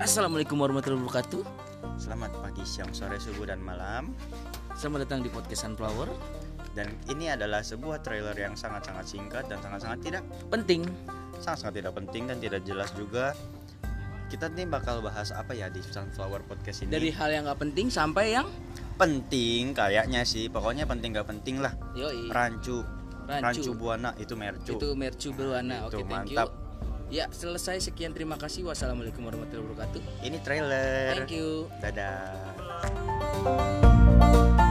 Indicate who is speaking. Speaker 1: Assalamualaikum warahmatullahi wabarakatuh
Speaker 2: Selamat pagi, siang, sore, subuh, dan malam
Speaker 1: Selamat datang di podcast Sunflower
Speaker 2: Dan ini adalah sebuah trailer yang sangat-sangat singkat dan sangat-sangat tidak
Speaker 1: Penting
Speaker 2: Sangat-sangat tidak penting dan tidak jelas juga Kita nih bakal bahas apa ya di Sunflower Podcast ini
Speaker 1: Dari hal yang gak penting sampai yang
Speaker 2: Penting kayaknya sih, pokoknya penting gak penting lah
Speaker 1: Yoi
Speaker 2: Rancu
Speaker 1: Rancu.
Speaker 2: Rancu, Buana itu mercu
Speaker 1: Itu Mercu Berwana Oke
Speaker 2: Itu
Speaker 1: thank
Speaker 2: mantap.
Speaker 1: you Ya selesai sekian terima kasih Wassalamualaikum warahmatullahi wabarakatuh
Speaker 2: Ini trailer
Speaker 1: Thank you
Speaker 2: Dadah